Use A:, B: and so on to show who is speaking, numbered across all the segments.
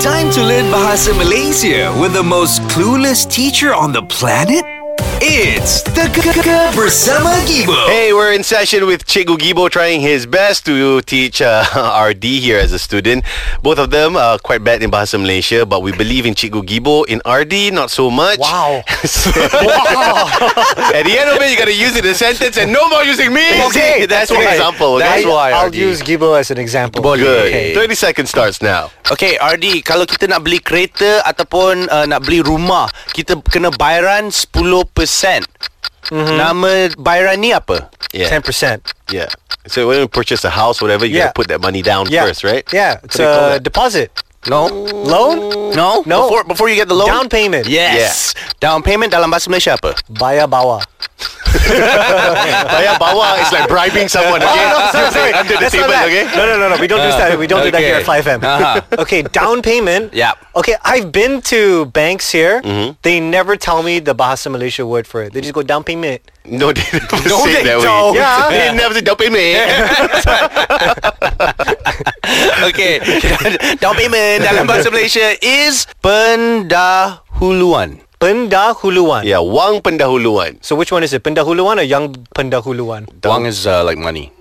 A: Time to learn Bahasa Malaysia with the most clueless teacher on the planet? It's the Gegar Bersama
B: Oh.
A: Gibo.
C: Hey, we're in session with Cikgu Gibo trying his best to teach uh, RD here as a student. Both of them are quite bad in Bahasa Malaysia, but we believe in Cikgu Gibo. In RD, not so much.
B: Wow.
C: At the end of it, you got to use it in a sentence and no more using me.
B: Okay,
C: that's an example.
B: That's
C: Okay?
B: why I'll use Gibo as an example.
C: Good.
B: Okay.
C: 30 seconds starts now.
D: Okay RD Kalau kita nak beli kereta Ataupun uh, nak beli rumah Kita kena bayaran 10% mm-hmm. Nama bayaran ni apa?
C: Yeah.
B: 10%.
C: Yeah. So when you purchase a house, whatever, you got
B: Yeah.
C: to put that money down
B: Yeah.
C: first, right?
B: Yeah. It's
C: do you call
B: a
C: that?
B: deposit.
D: No
B: Loan?
D: No?
B: No.
D: Before, before you get the loan?
B: Down payment.
D: Yes Down payment dalam bahasa Malaysia apa?
B: Baya bawa.
C: Bayar bawah is like bribing someone, okay? Under the
B: Oh, That's not
C: table,
B: that.
C: okay?
B: No, no, no, no. We don't do that. We don't do that here at
D: okay.
B: 5M.
D: Uh-huh.
B: Okay, down payment.
D: Yep.
B: Okay, I've been to banks here. They never tell me the Bahasa Malaysia word for it. They just go down payment.
C: No, they don't
D: No,
C: say
D: they
C: that
D: don't.
C: way.
B: Yeah.
C: They never say, don't pay me.
D: Okay Down payment dalam bahasa Malaysia is Pendahuluan
B: Pendahuluan.
C: yeah, wang pendahuluan.
B: So which one is it? Pendahuluan or young pendahuluan?
D: Wang is uh, like money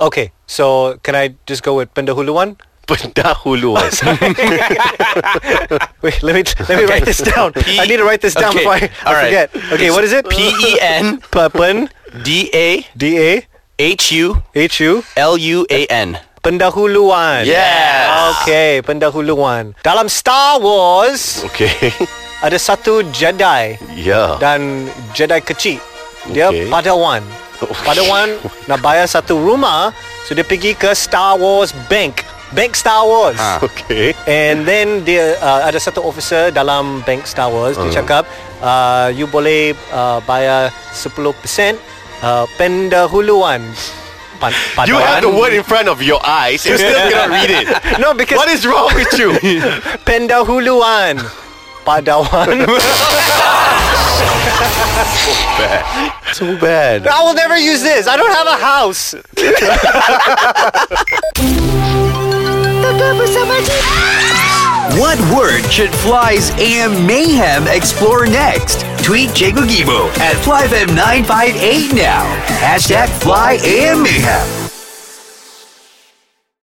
B: Okay, so can I just go with pendahuluan?
C: Pendahuluan.
B: Wait, let me let me write this down. I
D: P-
B: need to write this down
D: Okay,
B: before I, I
D: all right. E
B: forget. Okay, what is it?
D: P-E-N
B: Pa- pen
D: D A
B: D A
D: H U
B: H U
D: L U A N.
B: pendahuluan.
D: Yes.
B: Okay, pendahuluan. Dalam Star Wars
C: okay.
B: ada satu Jedi
C: Yeah.
B: dan Jedi kecil. Dia
C: Okay.
B: Padawan.
D: Oh,
B: Padawan nak bayar satu rumah, so dia pergi ke Star Wars Bank. Bank Star Wars.
D: Ha.
C: Okay.
B: And then dia uh, ada satu officer dalam bank Star Wars
C: Hmm.
B: uh. dia cakap uh, you boleh uh, bayar 10% uh, pendahuluan. Pan,
D: Ah.
C: You have the
B: padawan.
C: word in front of your eyes and still cannot read it.
B: No, because
C: What is wrong with you?
B: pendahuluan. Padawan.
C: so bad.
B: I will never use this. I don't have a house.
E: Gegar Bersama Gibo.
A: What word should Fly's AM Mayhem explore next? Tweet Jago Gibo at 5M958 now. Hashtag Fly AM Mayhem.